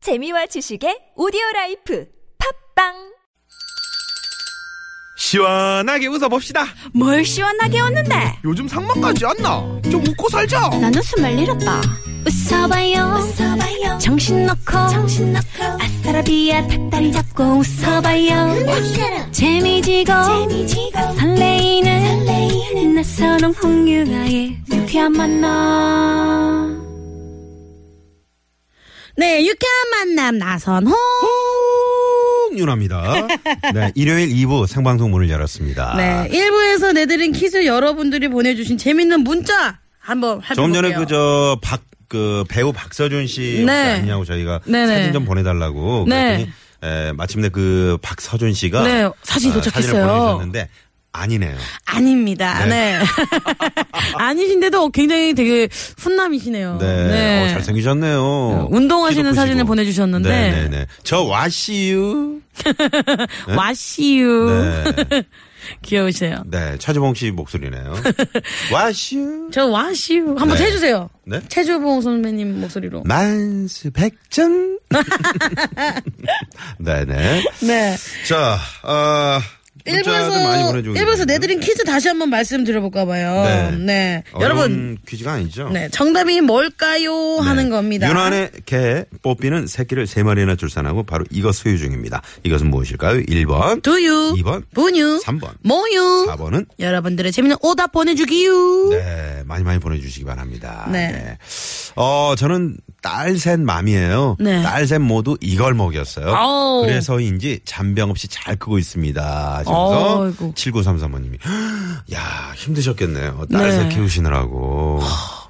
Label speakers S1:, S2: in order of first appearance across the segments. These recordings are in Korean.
S1: 재미와 지식의 오디오 라이프 팝빵
S2: 시원하게 웃어봅시다.
S3: 뭘 시원하게 웃는데
S2: 요즘 상만까지 안 나. 좀 웃고 살자.
S3: 난 웃음을 잃었다 웃어봐요, 웃어봐요. 정신 놓고 아싸라비아 닭다리 잡고 웃어봐요 재미지고, 설레이는, 나선홍 홍유아의 유쾌한 만남
S4: 네, 유쾌한 만남 나선호.
S5: 윤합니다. 네, 일요일 2부 생방송 문을 열었습니다.
S4: 네, 1부에서 내드린 퀴즈 여러분들이 보내주신 재밌는 문자 한번 할게요.
S5: 조금 전에 그저 박, 그 배우 박서준 씨 혹시
S4: 네.
S5: 아니냐고 저희가
S4: 네네.
S5: 사진 좀 보내달라고
S4: 네.
S5: 그랬더니 에, 마침내 그 박서준 씨가
S4: 네, 사진이
S5: 어,
S4: 도착했어요.
S5: 사진을 보내주셨는데 아니네요.
S4: 아닙니다. 네.
S5: 네.
S4: 아니신데도 굉장히 되게 아, 훈남이시네요.
S5: 네, 어, 잘생기셨네요.
S4: 운동하시는
S5: 키도 크시고.
S4: 사진을 보내주셨는데.
S5: 네네네. 저 와시유.
S4: 와시유.
S5: 네,
S4: 귀여우세요.
S5: 네, 차주봉 씨 목소리네요. 와시유.
S4: 저 와시유. 한번
S5: 네.
S4: 해주세요.
S5: 네?
S4: 최주봉 선배님 목소리로.
S5: 만수 백정. 네네.
S4: 네.
S5: 자, 아, 문자도 많이
S4: 1부에서,
S5: 보내주고
S4: 1부에서
S5: 있는데요.
S4: 내드린 퀴즈 다시 한번 말씀드려볼까 봐요.
S5: 네.
S4: 네.
S5: 어려운
S4: 여러분,
S5: 퀴즈가 아니죠?
S4: 네, 정답이 뭘까요? 하는 겁니다.
S5: 네. 유난의 개 뽑기는 새끼를 세마리나 출산하고 바로 이것 소유 중입니다. 이것은 무엇일까요? 1번,
S4: 두유,
S5: 2번,
S4: 분유,
S5: 3번,
S4: 모유.
S5: 4번은
S4: 여러분들의 재밌는 오답 보내주기유.
S5: 네, 많이 많이 보내주시기 바랍니다.
S4: 네.
S5: 어, 저는 딸셋 맘이에요.
S4: 네.
S5: 딸셋 모두 이걸 먹였어요.
S4: 아우.
S5: 그래서인지 잔병 없이 잘 크고 있습니다. 하면서
S4: 아이고.
S5: 7933번님이 야 힘드셨겠네요. 딸셋
S4: 네.
S5: 키우시느라고.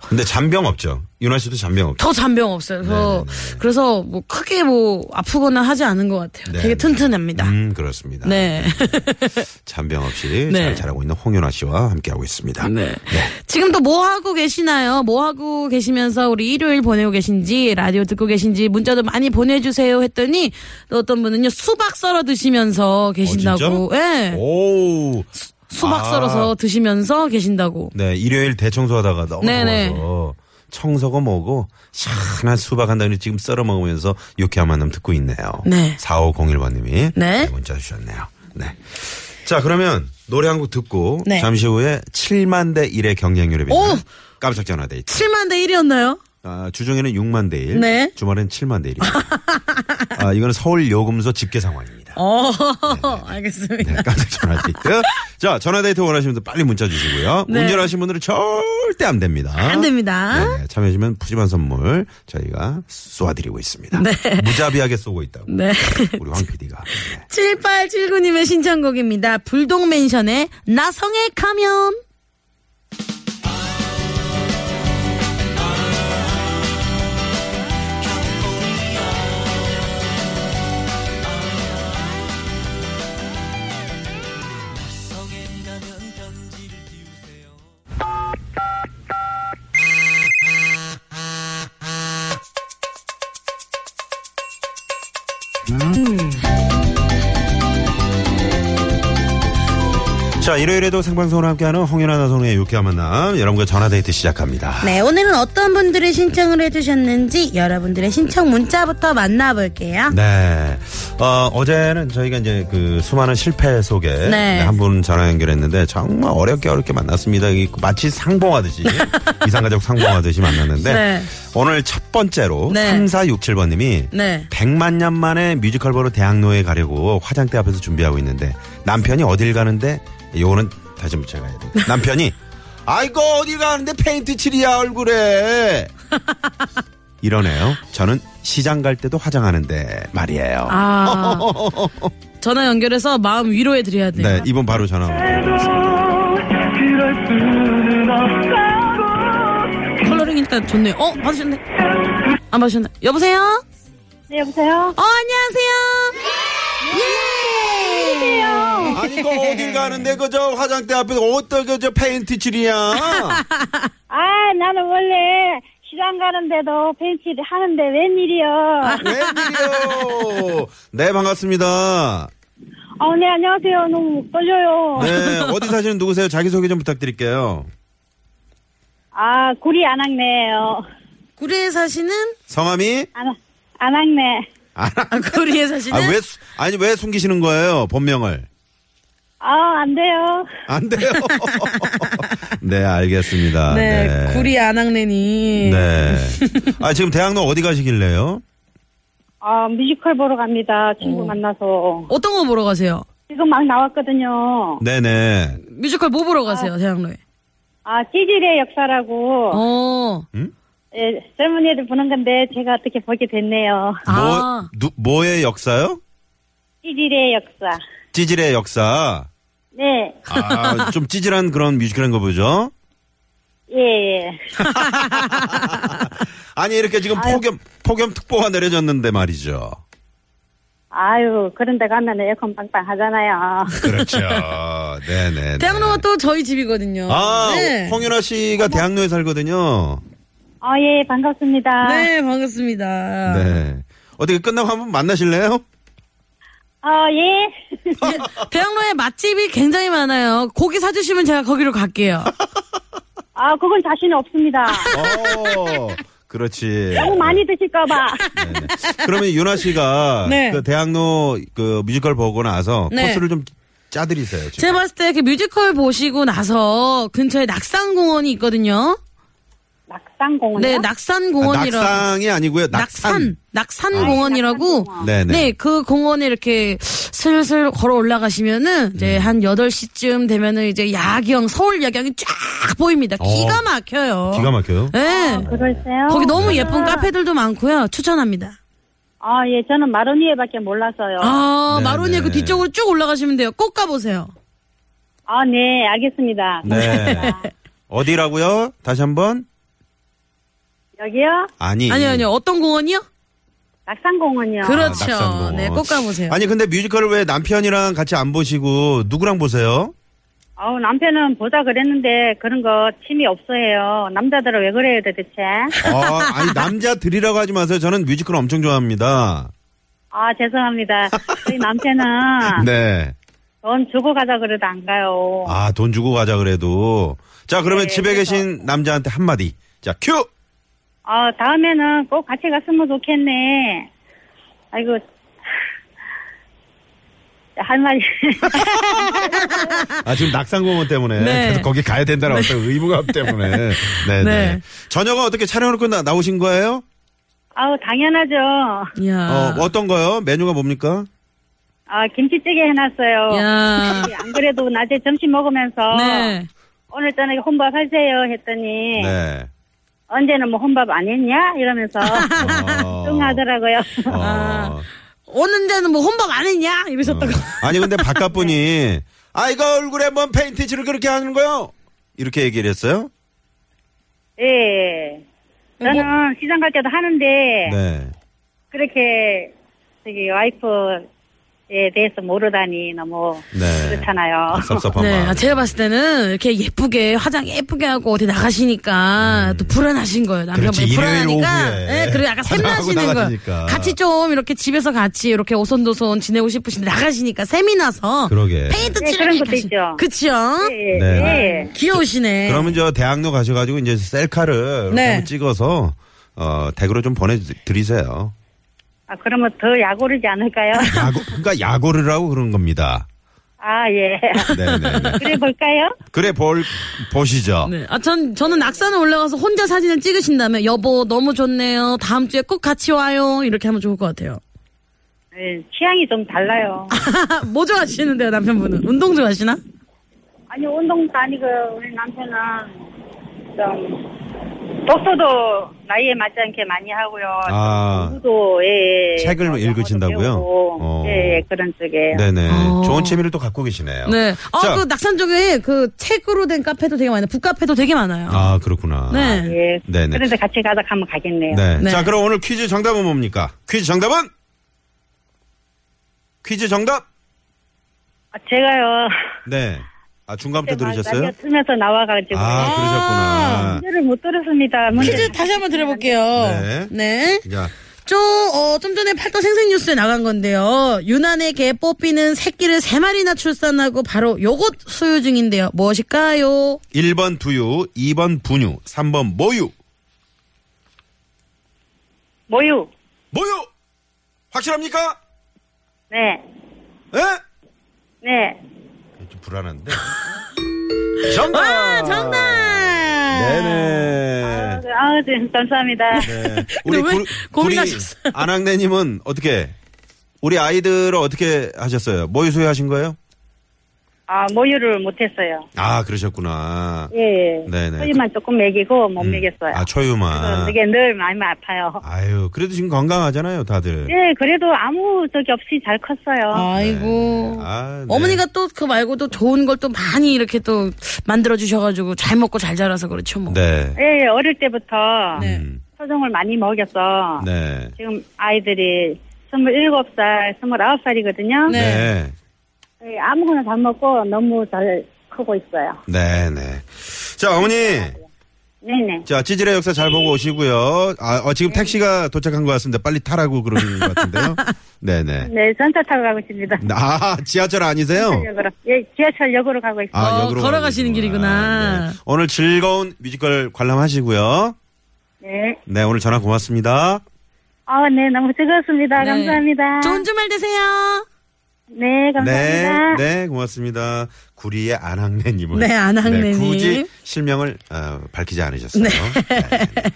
S5: 근데 잔병 없죠. 윤아 씨도 잔병 없죠.
S4: 더 잔병 없어요.
S5: 네,
S4: 그래서, 그래서 뭐 크게 뭐 아프거나 하지 않은 것 같아요.
S5: 네,
S4: 되게
S5: 네.
S4: 튼튼합니다.
S5: 음, 그렇습니다.
S4: 네.
S5: 잔병 없이
S4: 네.
S5: 잘 자라고 있는 홍윤아 씨와 함께하고 있습니다.
S4: 네. 지금 또 뭐 하고 계시나요? 뭐 하고 계시면서 우리 일요일 보내고 계신지 라디오 듣고 계신지 문자도 많이 보내주세요 했더니 또 어떤 분은요 수박 썰어 드시면서 계신다고. 예.
S5: 오.
S4: 수박
S5: 아.
S4: 썰어서 드시면서 계신다고.
S5: 네, 일요일 대청소하다가 너무
S4: 네네.
S5: 더워서 청소고 뭐고 시원한 수박 한 단위 지금 썰어 먹으면서 유쾌한 만남 듣고 있네요.
S4: 네.
S5: 4501번님이
S4: 네.
S5: 문자 주셨네요. 네. 자, 그러면 노래 한 곡 듣고
S4: 네.
S5: 잠시 후에 7만 대 1의 경쟁률에
S4: 오!
S5: 비해 깜짝 전화 데이트.
S4: 7만 대 1이었나요?
S5: 아, 주중에는 6만 대 1,
S4: 네.
S5: 주말엔 7만 대 1입니다. 아, 이거는 서울 요금소 집계 상황입니다.
S4: 어, 알겠습니다.
S5: 네, 깜짝 전화 데이트. 자, 전화 데이트 원하시는 분들 빨리 문자 주시고요.
S4: 네.
S5: 운전하시는 분들은 절대 안 됩니다.
S4: 안 됩니다.
S5: 네, 참여하시면 푸짐한 선물 저희가 쏘아드리고 있습니다. 무자비하게 쏘고 있다고.
S4: 네.
S5: 우리 황 PD가. 네.
S4: 7879님의 신청곡입니다. 불독맨션의 나성의 가면.
S5: 자, 일요일에도 생방송으로 함께하는 홍연아 나성의 유쾌한 만남. 여러분과 전화데이트 시작합니다.
S4: 네, 오늘은 어떤 분들의 신청을 해주셨는지 여러분들의 신청 문자부터 만나볼게요.
S5: 네. 어, 어제는 저희가 이제 그 수많은 실패 속에
S4: 네.
S5: 한 분 전화 연결했는데 정말 어렵게 어렵게 만났습니다. 이 마치 상봉하듯이 이상가족 상봉하듯이 만났는데
S4: 네.
S5: 오늘 첫 번째로
S4: 네.
S5: 3467번 님이
S4: 네.
S5: 100만 년 만에 뮤지컬 보러 대학로에 가려고 화장대 앞에서 준비하고 있는데 남편이 어딜 가는데 요거는 다시 한번 제가 해야 돼. 남편이 아이고 어딜 가는데 페인트 칠이야 얼굴에 이러네요. 저는 시장 갈 때도 화장하는데 말이에요.
S4: 아. 전화 연결해서 마음 위로해드려야 돼요.
S5: 네, 이번 바로 전화 오겠습니다.
S6: 그럴 수는 없다고
S5: 네.
S4: 컬러링 일단 좋네요. 어, 받으셨네. 안 받으셨네. 여보세요?
S7: 네, 여보세요?
S4: 어, 안녕하세요.
S5: 아니, 그 어딜 가는데 그저 화장대 앞에서 어떻게 저 페인트 칠이야?
S7: 아, 나는 원래 시장 가는데도 벤치를 하는데
S4: 아.
S7: 웬일이요?
S5: 웬일이요? 네, 반갑습니다.
S7: 어, 네, 안녕하세요. 너무 못 걸려요.
S5: 네, 어디 사시는 누구세요? 자기소개 좀 부탁드릴게요.
S7: 아, 구리 안학내예요
S4: 구리에 사시는
S5: 성함이?
S7: 안, 안 학네.
S4: 아, 거리에 사시는
S5: 아, 왜, 수- 아니, 왜 숨기시는 거예요? 본명을.
S7: 아, 안 돼요.
S5: 안 돼요. 네, 알겠습니다.
S4: 네, 구리 안학내니
S5: 아, 네. 아, 지금 대학로 어디 가시길래요?
S7: 아, 뮤지컬 보러 갑니다. 친구
S4: 어.
S7: 만나서.
S4: 어떤 거 보러 가세요?
S7: 지금 막 나왔거든요.
S5: 네네.
S4: 뮤지컬 뭐 보러 가세요? 대학로에.
S7: 아, 시질의 역사라고.
S4: 어.
S5: 음?
S7: 예, 셀머니를 보는 건데 제가 어떻게 보게 됐네요.
S5: 뭐,
S4: 아.
S5: 누, 뭐의 역사요?
S7: 시질의 역사.
S5: 찌질의 역사.
S7: 네.
S5: 아, 좀 찌질한 그런 뮤지컬인 거 보죠?
S7: 예, 예.
S5: 아니, 이렇게 지금 폭염, 폭염 특보가 내려졌는데 말이죠.
S7: 아유, 그런 데 가면 에어컨 빵빵 하잖아요.
S5: 그렇죠. 네네.
S4: 대학로가 또 저희 집이거든요.
S5: 아,
S4: 네.
S5: 홍윤아 씨가 대학로에 살거든요.
S7: 아, 예, 반갑습니다.
S4: 네, 반갑습니다.
S5: 네. 어떻게 끝나고 한번 만나실래요?
S7: 아, 예.
S4: 예, 대학로에 맛집이 굉장히 많아요. 고기 사주시면 제가 거기로 갈게요.
S7: 아, 그건 자신 없습니다.
S5: 어, 그렇지.
S7: 너무 많이 드실까봐.
S5: 그러면 윤아 씨가
S4: 네.
S5: 그 대학로 그 뮤지컬 보고 나서
S4: 네.
S5: 코스를 좀 짜드리세요. 지금.
S4: 제가 봤을 때 이렇게 뮤지컬 보시고 나서 근처에 낙산공원이 있거든요.
S7: 낙산공원.
S4: 네,
S7: 요
S5: 아,
S4: 낙산공원이라.
S5: 낙상이 아니고요. 낙산.
S4: 낙산 공원이라고
S7: 낙산공원.
S5: 네네.
S4: 네, 그 공원에 이렇게 슬슬 걸어 올라가시면은
S5: 음.
S4: 이제 한 8시쯤 되면은 이제 야경, 서울 야경이 쫙 보입니다.
S5: 어.
S4: 기가 막혀요.
S5: 기가 막혀요.
S4: 네.
S7: 그러세요?
S4: 거기 너무 예쁜 카페들도 많고요. 추천합니다.
S7: 아, 예, 저는 마로니에밖에 몰라서요. 아,
S4: 아,
S5: 네,
S4: 마로니에 그
S5: 네.
S4: 뒤쪽으로 쭉 올라가시면 돼요. 꼭 가보세요.
S7: 네, 알겠습니다.
S5: 네. 어디라고요? 다시 한번.
S7: 여기요?
S5: 아니.
S4: 아니요, 아니요. 어떤 공원이요?
S7: 낙산공원이요.
S4: 그렇죠.
S5: 낙산공원.
S4: 네, 꼭 가보세요.
S5: 아니 근데 뮤지컬을 왜 남편이랑 같이 안 보시고 누구랑 보세요?
S7: 아우, 남편은 보자 그랬는데 그런 거 취미 없어해요. 남자들은 왜 그래요, 도대체?
S5: 아, 아니 남자들이라고 하지 마세요. 저는 뮤지컬 엄청 좋아합니다.
S7: 아, 죄송합니다. 저희
S4: 아.
S7: 남편은
S5: 네.
S7: 돈 주고 가자 그래도 안 가요.
S5: 아, 돈 주고 가자 그래도. 자, 그러면
S7: 어. 네,
S5: 집에
S7: 그래서-
S5: 계신 남자한테 한마디. 자, 큐!
S7: 아, 다음에는 꼭 같이 갔으면 좋겠네. 아이고. 할 말이.
S5: 아, 지금 낙산공원 때문에
S4: 네.
S5: 계속 거기 가야 된다는 어떤 의무감 때문에. 네, 네.
S4: 네.
S5: 저녁은 어떻게 촬영을 끝나 나오신 거예요?
S7: 아우, 당연하죠.
S4: 이야.
S5: 어, 어떤 거요? 메뉴가 뭡니까?
S7: 아, 김치찌개 해놨어요.
S4: 이야.
S7: 안 그래도 낮에 점심
S5: 아.
S7: 먹으면서
S4: 네.
S7: 오늘 저녁에 혼밥 하세요 했더니
S5: 네.
S7: 언제는 뭐 혼밥 안 했냐 이러면서
S4: 아.
S5: 어.
S7: 뚱하더라고요.
S5: 어.
S4: 오는 데는 뭐 혼밥 안 했냐? 이러셨다고.
S5: 아니 근데 바깥 분이 아 이거 얼굴에 뭔 페인트칠을 그렇게 하는 거요? 이렇게 얘기를 했어요?
S7: 예. 저는 시장 갈 때도 하는데
S5: 네.
S7: 그렇게 저기 와이프에 대해서 모르다니 너무
S5: 네.
S7: 그렇잖아요.
S5: 섭섭한
S4: 네,
S5: 마음.
S4: 아, 제가 봤을 때는 이렇게 예쁘게 화장 예쁘게 하고 어디 나가시니까 또 불안하신 거예요.
S5: 음. 그렇지,
S4: 남편분이
S5: 일요일
S4: 불안하니까.
S5: 오후에
S4: 네, 그리고 약간
S5: 화장하고
S4: 샘나시는 거예요.
S5: 나가시니까.
S4: 같이 좀 이렇게 집에서 같이 이렇게 오손도손 지내고 싶으신데 나가시니까 샘이 나서
S5: 그러게.
S4: 페인트
S7: 네,
S4: 칠하는
S7: 그런 것도 있죠.
S4: 그치요?
S7: 예.
S5: 네.
S7: 예.
S4: 귀여우시네.
S5: 그러면 저 대학로 가셔가지고 이제 셀카를 이렇게
S4: 네.
S5: 한번 찍어서 어 댁으로 좀 보내드리세요.
S7: 아 그러면 더 약오르지 않을까요?
S4: 아.
S5: 야구, 그러니까 야구를 하고 그런 겁니다.
S7: 아 예.
S5: 네네네.
S7: 그래 볼까요?
S5: 그래 볼 보시죠.
S4: 네. 아, 전, 저는 낙산에 올라가서 혼자 사진을 찍으신다면, 여보, 너무 좋네요. 다음 주에 꼭 같이 와요. 이렇게 하면 좋을 것 같아요.
S7: 예, 취향이 좀 달라요.
S4: 아, 뭐 좋아하시는데요, 남편분은? 운동 좋아하시나?
S7: 아니 운동도 아니고 우리 남편은 좀 독서도 나이에 맞지 않게 많이 하고요.
S5: 아.
S7: 공부도 예. 예.
S5: 책을
S7: 영어도
S5: 읽으신다고요?
S7: 배우고,
S5: 어.
S7: 예, 예, 그런 쪽에.
S5: 네네.
S4: 어.
S5: 좋은 취미를 또 갖고 계시네요.
S4: 네. 아,
S5: 자.
S4: 그 낙산 쪽에 그 책으로 된 카페도 되게 많아요. 북카페도 되게 많아요.
S5: 아 그렇구나.
S4: 네.
S7: 예.
S5: 네네.
S7: 그런데 같이 가다 가면 가겠네요.
S5: 네.
S4: 네.
S5: 자, 그럼 오늘 퀴즈 정답은 뭡니까? 퀴즈 정답은? 퀴즈 정답?
S7: 아, 제가요.
S5: 네. 아, 중간 때
S7: 라디오
S5: 들으셨어요?
S7: 틀면서 나와가지고
S5: 아, 그러셨구나.
S7: 문제를 못 들었습니다. 문제
S4: 퀴즈 다시 한번 드려볼게요.
S5: 네.
S4: 네.
S5: 자,
S4: 좀, 어, 좀 전에 팔도 생생뉴스에 나간 건데요. 유난의 개 뽀삐는 새끼를 세마리나 출산하고 바로 요것 소유 중인데요. 무엇일까요?
S5: 1번 두유, 2번 분유, 3번 모유.
S7: 모유.
S5: 모유! 확실합니까?
S7: 네,
S5: 예?
S7: 네.
S5: 좀 불안한데.
S4: 와,
S5: 정답!
S4: 아, 정답!
S5: 네, 네네.
S7: 아, 네, 감사합니다.
S5: 네. 우리
S4: 왜
S5: 구,
S4: 고민하셨어요?
S5: 우리 안학내님은 어떻게 우리 아이들을 어떻게 하셨어요? 모유 수유하신 거예요?
S7: 아, 모유를 못했어요.
S5: 아 그러셨구나.
S7: 예, 예.
S5: 네네.
S7: 소유만 조금 먹이고 못 먹였어요.
S5: 아
S7: 그래서
S5: 초유만.
S7: 그게 늘 마음이 아파요.
S5: 아유 그래도 지금 건강하잖아요 다들.
S7: 예, 그래도 아무 적이 없이 잘 컸어요.
S4: 아이고.
S5: 아, 네.
S4: 어머니가 또 그 말고 또 좋은 걸 또 많이 이렇게 또 만들어 주셔가지고 잘 먹고 잘 자라서 그렇죠 뭐.
S5: 네.
S7: 예, 예, 어릴 때부터
S4: 네.
S5: 음,
S7: 소정을 많이 먹였어.
S5: 네.
S7: 지금 아이들이 27살, 29살이거든요.
S4: 네.
S5: 네.
S7: 예, 아무거나 다 먹고 너무 잘 크고 있어요.
S5: 네. 네. 자 어머니.
S7: 네네.
S5: 자 찌질의 역사 잘 보고 오시고요. 아 어,
S7: 네.
S5: 지금 택시가 도착한 것 같습니다. 빨리 타라고 그러는 것 같은데요. 네네.
S7: 네, 전차 타고 가고 있습니다.
S5: 아 지하철 아니세요?
S7: 지하철역으로. 예, 지하철역으로 가고 있어요.
S5: 아,
S4: 어,
S5: 역으로
S4: 걸어가시는
S5: 가는구나.
S4: 길이구나.
S5: 네. 오늘 즐거운 뮤지컬 관람하시고요.
S7: 네.
S5: 네, 오늘 전화 고맙습니다.
S7: 아, 네, 너무 즐거웠습니다.
S4: 네.
S7: 감사합니다.
S4: 좋은 주말 되세요.
S7: 네, 감사합니다.
S5: 네, 네, 고맙습니다. 구리의 안학래님은
S4: 네, 안학래님.
S5: 굳이 실명을 어, 밝히지 않으셨어요. 네. 네, 네.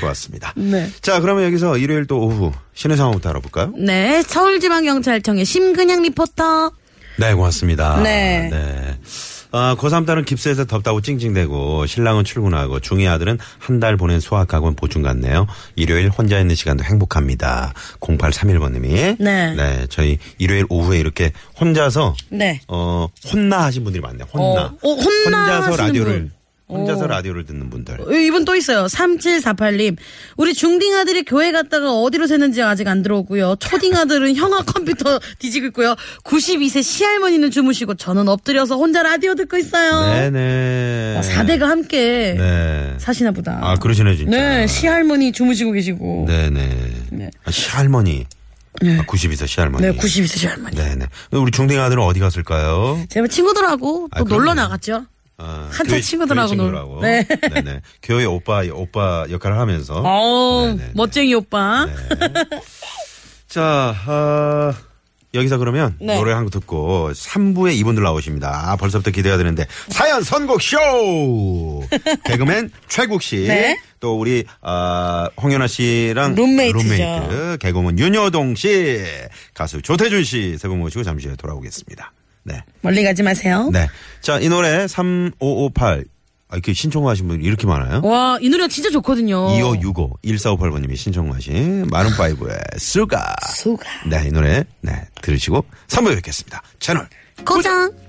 S5: 고맙습니다.
S4: 네.
S5: 자, 그러면 여기서 일요일 또 오후 시내 상황부터 알아볼까요?
S4: 네, 서울지방경찰청의 심근양 리포터.
S5: 네, 고맙습니다.
S4: 네.
S5: 네. 아, 고3 딸은 깁스해서 덥다고 찡찡대고 신랑은 출근하고 중2 아들은 한 달 보낸 수학학원 보충 갔네요. 일요일 혼자 있는 시간도 행복합니다. 0831번님이.
S4: 네.
S5: 네. 저희 일요일 오후에 이렇게 혼자서
S4: 네.
S5: 어, 혼나 하신 분들이 많네요. 혼나.
S4: 어, 어, 혼나
S5: 혼자서
S4: 하시는
S5: 라디오를
S4: 분.
S5: 혼자서
S4: 오.
S5: 라디오를 듣는 분들.
S4: 어, 이분 또 있어요. 3748님. 우리 중딩 아들이 교회 갔다가 어디로 새는지 아직 안 들어오고요. 초딩 아들은 형아 컴퓨터 뒤지고 있고요. 92세 시할머니는 주무시고 저는 엎드려서 혼자 라디오 듣고 있어요.
S5: 네네.
S4: 와, 4대가 함께
S5: 네.
S4: 어, 사시나 보다.
S5: 아, 그러시네, 진짜.
S4: 네, 시할머니 주무시고 계시고. 네,
S5: 네네.
S4: 네.
S5: 아, 시할머니. 아, 92세 시할머니.
S4: 92세 네, 시할머니.
S5: 네네. 우리 중딩 아들은 어디 갔을까요?
S4: 제가 뭐 친구들하고
S5: 아,
S4: 또
S5: 그럼요.
S4: 놀러 나갔죠.
S5: 아,
S4: 한참 친구들하고
S5: 교회
S4: 놀-
S5: 친구들하고.
S4: 네.
S5: 네. 네네. 교회 오빠 오빠 역할을 하면서.
S4: 어우,
S5: 네네네.
S4: 멋쟁이 오빠.
S5: 자 아, 여기서 그러면
S4: 네.
S5: 노래 한 곡 듣고 3부에 이분들 나오십니다. 아, 벌써부터 기대가 되는데 사연 선곡 쇼 개그맨 최국 씨.
S4: 네.
S5: 또 우리 아, 홍연아 씨랑
S4: 룸메이트죠.
S5: 룸메이트, 개그맨 윤여동 씨, 가수 조태준 씨 세 분 모시고 잠시 후에 돌아오겠습니다. 네.
S4: 멀리 가지 마세요.
S5: 네. 자, 이 노래 3558. 아, 이렇게 신청하신 분이 이렇게 많아요?
S4: 와, 이 노래가 진짜 좋거든요.
S5: 2565, 1458번님이 신청하신 마룬파이브의 수가.
S4: 수가.
S5: 네, 이 노래, 네, 들으시고 3부에 뵙겠습니다. 채널
S4: 고장.